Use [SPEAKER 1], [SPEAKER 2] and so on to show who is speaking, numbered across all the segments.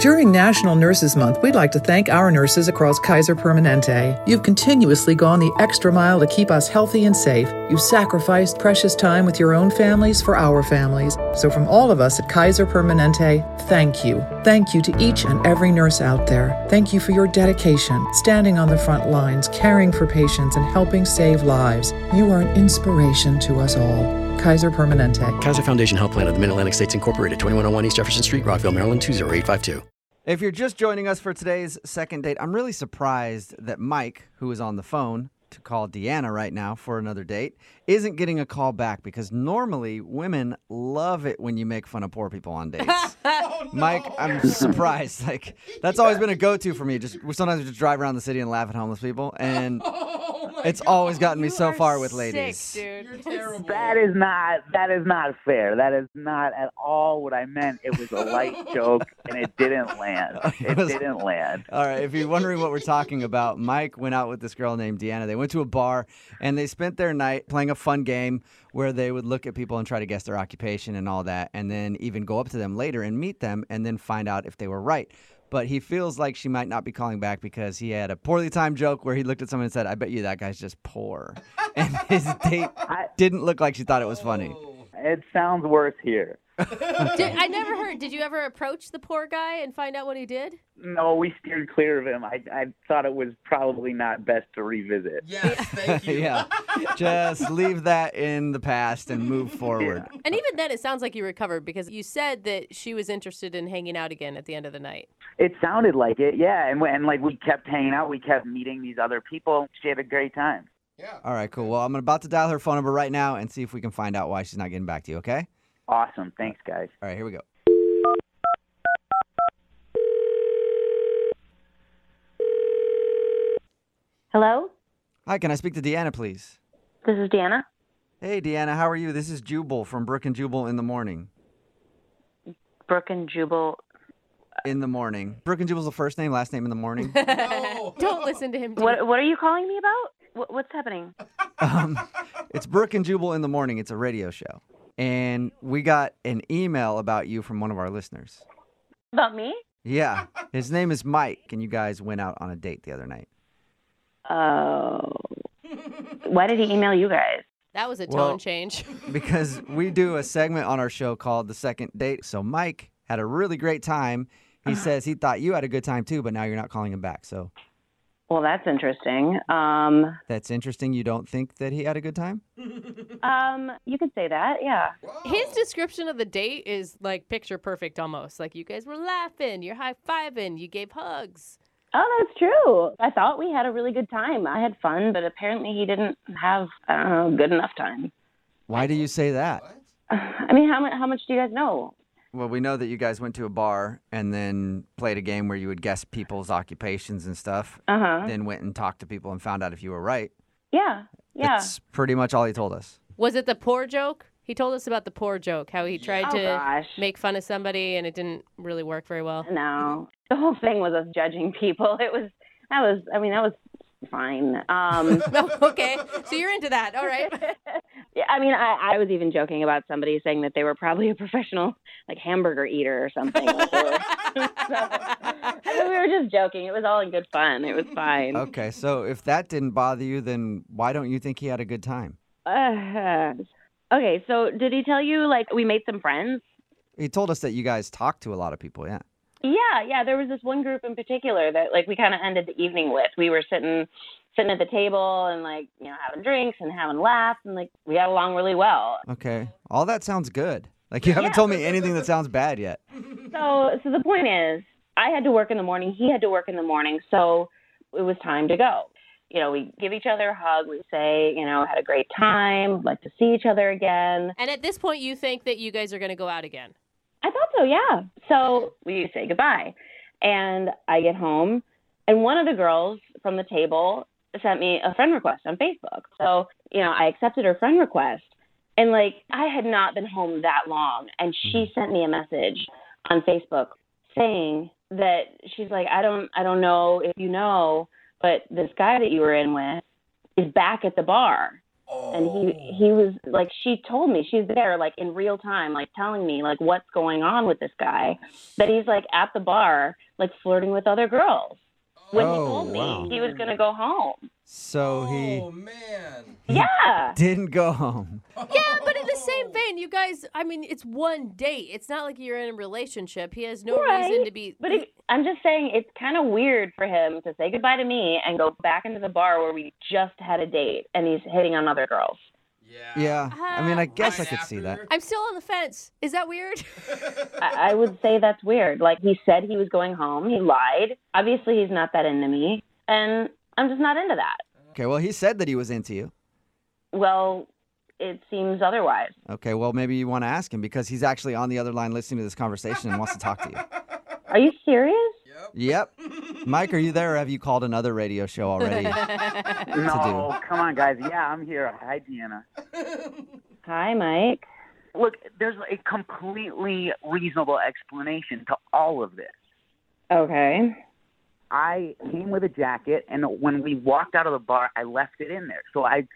[SPEAKER 1] During National Nurses Month, we'd like to thank our nurses across Kaiser Permanente. You've continuously gone the extra mile to keep us healthy and safe. You've sacrificed precious time with your own families for our families. So, from all of us at Kaiser Permanente, thank you. Thank you to each and every nurse out there. Thank you for your dedication, standing on the front lines, caring for patients, and helping save lives. You are an inspiration to us all. Kaiser Permanente.
[SPEAKER 2] Kaiser Foundation Health Plan of the Mid Atlantic States Incorporated, 2101 East Jefferson Street, Rockville, Maryland, 20852.
[SPEAKER 3] If you're just joining us for today's second date, I'm really surprised that Mike, who is on the phone to call Deanna right now for another date, isn't getting a call back because normally women love it when you make fun of poor people on dates.
[SPEAKER 4] Oh,
[SPEAKER 3] Mike, I'm surprised. Like that's always been a go-to for me. Just sometimes we just drive around the city and laugh at homeless people, and it's always gotten me
[SPEAKER 4] Oh You
[SPEAKER 3] so
[SPEAKER 4] are
[SPEAKER 3] far with
[SPEAKER 4] sick,
[SPEAKER 3] ladies.
[SPEAKER 4] dude.
[SPEAKER 5] That is not that is not fair. That is not at all what I meant. It was a light joke and it didn't land. It
[SPEAKER 3] was-
[SPEAKER 5] didn't land.
[SPEAKER 3] All right, if you're wondering what we're talking about, Mike went out with this girl named Deanna. They went to a bar and they spent their night playing a fun game where they would look at people and try to guess their occupation and all that, and then even go up to them later and meet them and then find out if they were right. But he feels like she might not be calling back because he had a poorly timed joke where he looked at someone and said, I bet you that guy's just poor. And his date didn't look like she thought it was funny.
[SPEAKER 5] It sounds worse here.
[SPEAKER 4] Did- I never heard. Did you ever approach the poor guy and find out what he did?
[SPEAKER 5] No, we steered clear of him. I I thought it was probably not best to revisit.
[SPEAKER 6] Yes, thank you.
[SPEAKER 3] yeah. Just leave that in the past and move forward.
[SPEAKER 4] And even then, it sounds like you recovered because you said that she was interested in hanging out again at the end of the night.
[SPEAKER 5] It sounded like it, yeah. And we- and like we kept hanging out. We kept meeting these other people. She had a great time.
[SPEAKER 3] All right, cool. Well, I'm about to dial her phone number right now and see if we can find out why she's not getting back to you, okay?
[SPEAKER 5] Awesome. Thanks, guys.
[SPEAKER 3] All right, here we go.
[SPEAKER 7] Hello,
[SPEAKER 3] Hi, can I speak to Deanna, please?
[SPEAKER 7] this is Deanna.
[SPEAKER 3] Hey, Deanna, how are you? This is Jubal from Brook and Jubal in the morning.
[SPEAKER 7] Brooke and Jubal.
[SPEAKER 3] In the morning. Brook and Jubal's the first name, last name in the morning.
[SPEAKER 4] Don't listen to him.
[SPEAKER 7] What what are you calling me about? What, what's happening?
[SPEAKER 3] um, it's Brook and Jubal in the morning. It's a radio show. And we got an email about you from one of our listeners.
[SPEAKER 7] About me?
[SPEAKER 3] Yeah, his name is Mike, and you guys went out on a date the other night.
[SPEAKER 7] Oh. Why did he email you guys?
[SPEAKER 4] That was a tone
[SPEAKER 3] Well-
[SPEAKER 4] change.
[SPEAKER 3] because we do a segment on our show called The Second Date. So Mike had a really great time. He says he thought you had a good time too, but now you're not calling him back. So
[SPEAKER 7] Well, that's interesting. Um,
[SPEAKER 3] that's interesting. You don't think that he had a good time?
[SPEAKER 7] um, you could say that, yeah.
[SPEAKER 4] His description of the date is like picture perfect almost. Like you guys were laughing, you're high fiving, you gave hugs.
[SPEAKER 7] Oh, that's true. I thought we had a really good time. I had fun, but apparently he didn't have I don't know good enough time.
[SPEAKER 3] Why do you say that?
[SPEAKER 7] I mean, how much how much do you guys know?
[SPEAKER 3] Well, we know that you guys went to a bar and then played a game where you would guess people's occupations and stuff.
[SPEAKER 7] Uh huh.
[SPEAKER 3] Then went and talked to people and found out if you were right.
[SPEAKER 7] Yeah. Yeah.
[SPEAKER 3] That's pretty much all he told us.
[SPEAKER 4] Was it the poor joke? He told us about the poor joke, how he tried
[SPEAKER 7] Oh
[SPEAKER 4] to
[SPEAKER 7] gosh.
[SPEAKER 4] make fun of somebody and it didn't really work very well.
[SPEAKER 7] No, the whole thing was us judging people. It was that was I mean that was fine. Um,
[SPEAKER 4] No, okay. So you're into that. All right.
[SPEAKER 7] yeah, I mean I, I was even joking about somebody saying that they were probably a professional like hamburger eater or something. Like, they were- I mean, we were just joking. It was all in good fun. It was fine.
[SPEAKER 3] Okay, so if that didn't bother you, then why don't you think he had a good time?
[SPEAKER 7] Uh, okay, so did he tell you like we made some friends?
[SPEAKER 3] He told us that you guys talked to a lot of people, yeah.
[SPEAKER 7] Yeah, yeah. There was this one group in particular that like we kind of ended the evening with. We were sitting sitting at the table and like you know having drinks and having laughs and like we got along really well.
[SPEAKER 3] Okay. All that sounds good. Like you haven't told me anything that sounds bad yet.
[SPEAKER 7] So so the point is, I had to work in the morning. He had to work in the morning, so it was time to go. You know, we give each other a hug. We say, you know, had a great time. Like to see each other again.
[SPEAKER 4] And at this point, you think that you guys are going to go out again.
[SPEAKER 7] I thought so, yeah. So we say goodbye. And I get home, and one of the girls from the table sent me a friend request on Facebook. So, you know, I accepted her friend request. And like, I had not been home that long. And she
[SPEAKER 3] Mm-hmm.
[SPEAKER 7] sent me a message on Facebook saying that she's like, I don't, I don't know if you know, but this guy that you were in with is back at the bar. and he he
[SPEAKER 3] Oh.
[SPEAKER 7] was like she told me she's there like in real time like telling me like what's going on with this guy that he's like at the bar like flirting with other girls when he
[SPEAKER 3] Oh,
[SPEAKER 7] told me
[SPEAKER 3] wow.
[SPEAKER 7] he was going to go home
[SPEAKER 3] So
[SPEAKER 6] Oh
[SPEAKER 3] he
[SPEAKER 6] man.
[SPEAKER 3] Hmm.
[SPEAKER 7] yeah
[SPEAKER 3] didn't go home.
[SPEAKER 4] Yeah, but in the same vein, you guys, I mean, it's one date. It's not like you're in a relationship. He has no reason
[SPEAKER 7] Right,
[SPEAKER 4] to be.
[SPEAKER 7] but it, i'm just saying it's kind of weird for him to say goodbye to me and go back into the bar where we just had a date and he's hitting on other girls
[SPEAKER 6] Yeah.
[SPEAKER 3] Yeah. I mean, I guess I
[SPEAKER 6] Right
[SPEAKER 3] could see that.
[SPEAKER 6] after.
[SPEAKER 4] I'm still on the fence. Is that weird?
[SPEAKER 7] I, I would say that's weird. Like he said he was going home. He lied. Obviously, he's not that into me, and I'm just not into that.
[SPEAKER 3] Okay. Well, he said that he was into you.
[SPEAKER 7] Well, it seems otherwise.
[SPEAKER 3] Okay. Well, maybe you want to ask him because he's actually on the other line listening to this conversation and wants to talk to you.
[SPEAKER 7] Are you serious?
[SPEAKER 3] Yep. Mike, are you there or have you called another radio show already?
[SPEAKER 5] No, come on, guys. Yeah, I'm here. Hi, Deanna.
[SPEAKER 7] Hi, Mike.
[SPEAKER 5] Look, there's a completely reasonable explanation to all of this.
[SPEAKER 7] Okay.
[SPEAKER 5] I came with a jacket, and when we walked out of the bar, I left it in there. So I,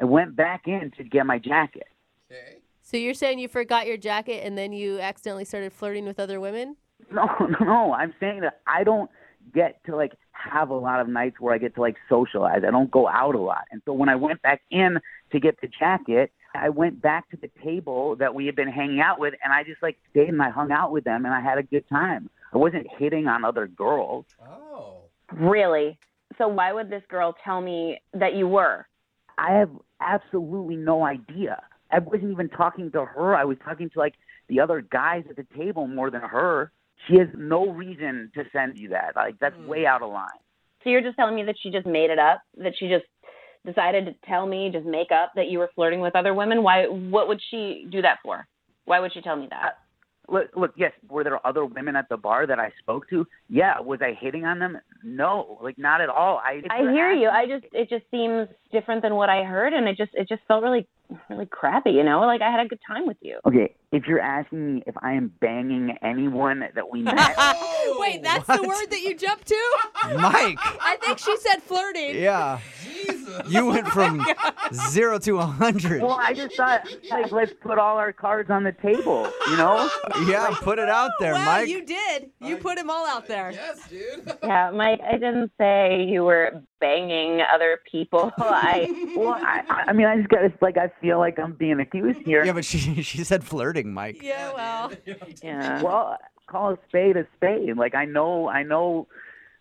[SPEAKER 5] I went back in to get my jacket.
[SPEAKER 6] Okay.
[SPEAKER 4] so you're saying you forgot your jacket and then you accidentally started flirting with other women?
[SPEAKER 5] No, no, no. I'm saying that I don't get to like have a lot of nights where I get to like socialize. I don't go out a lot. And so when I went back in to get the jacket, I went back to the table that we had been hanging out with and I just like stayed and I hung out with them and I had a good time. I wasn't hitting on other girls.
[SPEAKER 6] Oh.
[SPEAKER 7] Really? So why would this girl tell me that you were?
[SPEAKER 5] I have absolutely no idea. I wasn't even talking to her. I was talking to like the other guys at the table more than her. She has no reason to send you that. Like that's
[SPEAKER 7] Mm.
[SPEAKER 5] way out of line.
[SPEAKER 7] So you're just telling me that she just made it up? That she just decided to tell me, just make up that you were flirting with other women? Why? What would she do that for? Why would she tell me that?
[SPEAKER 5] Look, look, yes, were there other women at the bar that I spoke to? Yeah, was I hitting on them? No, like not at all. I
[SPEAKER 7] I hear you. I just it just seems different than what I heard, and it just it just felt really really crappy. You know, like I had a good time with you.
[SPEAKER 5] Okay, if you're asking me if I am banging anyone that we met,
[SPEAKER 4] Wait, that's the word that you jumped to?
[SPEAKER 3] Mike.
[SPEAKER 4] I think she said flirting.
[SPEAKER 3] Yeah.
[SPEAKER 6] Jesus.
[SPEAKER 3] You went from zero to a 100.
[SPEAKER 5] well, I just thought like let's put all our cards on the table, you know?
[SPEAKER 3] Yeah. Put it out there,
[SPEAKER 4] Wow,
[SPEAKER 3] Mike.
[SPEAKER 4] you did. You put him all out there.
[SPEAKER 6] Yes, dude.
[SPEAKER 7] Yeah, Mike, I didn't say you were banging other people. I
[SPEAKER 5] Well, I, I- I mean, I just got it's like I feel like I'm being accused here.
[SPEAKER 3] Yeah, but she she said flirting, Mike.
[SPEAKER 4] Yeah, well.
[SPEAKER 7] yeah.
[SPEAKER 5] well, call a spade a spade. Like I know, I know,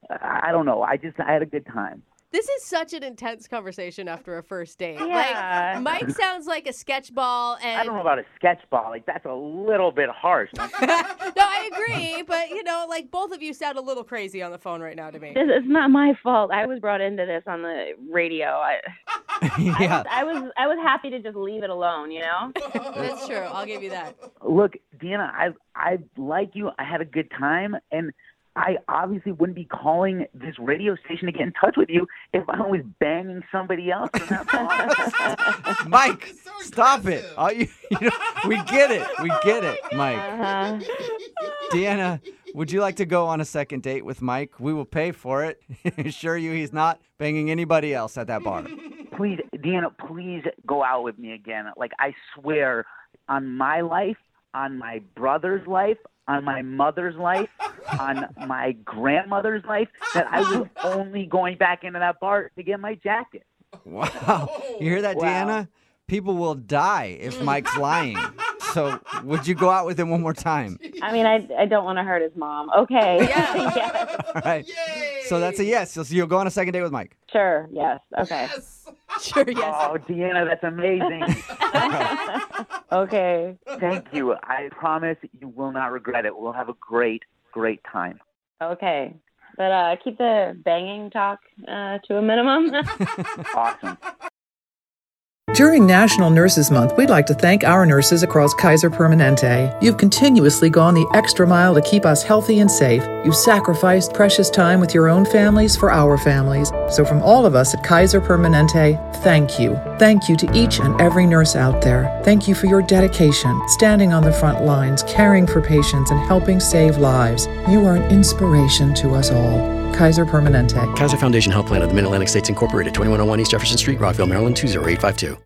[SPEAKER 5] I I don't know. I just I had a good time.
[SPEAKER 4] This is such an intense conversation after a first date.
[SPEAKER 7] Yeah.
[SPEAKER 4] Like Mike sounds like a sketchball and
[SPEAKER 5] I don't know about a sketchball. Like that's a little bit harsh.
[SPEAKER 4] No, I agree, but you know, like both of you sound a little crazy on the phone right now to me.
[SPEAKER 7] This is not my fault. I was brought into this on the radio. I,
[SPEAKER 3] yeah.
[SPEAKER 7] I was I was happy to just leave it alone, you know?
[SPEAKER 4] That's true. I'll give you that.
[SPEAKER 5] Look, Deanna, I I like you. I had a good time, and I obviously wouldn't be calling this radio station to get in touch with you if I was banging somebody else. And that's all.
[SPEAKER 3] Mike,
[SPEAKER 6] So
[SPEAKER 3] stop it.
[SPEAKER 6] aggressive.
[SPEAKER 3] All you, you know, we get it. We get it, Mike.
[SPEAKER 7] Uh-huh.
[SPEAKER 3] Deanna, would you like to go on a second date with Mike? We will pay for it. Assure you he's not banging anybody else at that bar.
[SPEAKER 5] please, Deanna, please go out with me again. Like I swear on my life, on my brother's life, on my mother's life, on my grandmother's life, that I was only going back into that bar to get my jacket.
[SPEAKER 3] Wow. You hear that,
[SPEAKER 5] Wow.
[SPEAKER 3] Deanna? People will die if Mike's lying. So, would you go out with him one more time?
[SPEAKER 7] I mean I I don't want to hurt his mom. Okay.
[SPEAKER 4] Yeah.
[SPEAKER 7] yes.
[SPEAKER 3] All right. So that's a yes. You'll, you'll go on a second date with Mike.
[SPEAKER 7] Sure, yes. Okay.
[SPEAKER 6] Yes.
[SPEAKER 4] Sure, yes.
[SPEAKER 5] Oh, Deanna, that's amazing.
[SPEAKER 7] Okay.
[SPEAKER 5] Thank you. I promise you will not regret it. We'll have a great, great time.
[SPEAKER 7] Okay. But uh, keep the banging talk uh, to a minimum.
[SPEAKER 5] Awesome.
[SPEAKER 1] During National Nurses Month, we'd like to thank our nurses across Kaiser Permanente. You've continuously gone the extra mile to keep us healthy and safe. You've sacrificed precious time with your own families for our families. So, from all of us at Kaiser Permanente, thank you. Thank you to each and every nurse out there. Thank you for your dedication, standing on the front lines, caring for patients, and helping save lives. You are an inspiration to us all. Kaiser Permanente.
[SPEAKER 2] oh Kaiser Foundation Health Plan of the Mid Atlantic States Incorporated, 2101 East Jefferson Street, Rockville, Maryland 20852.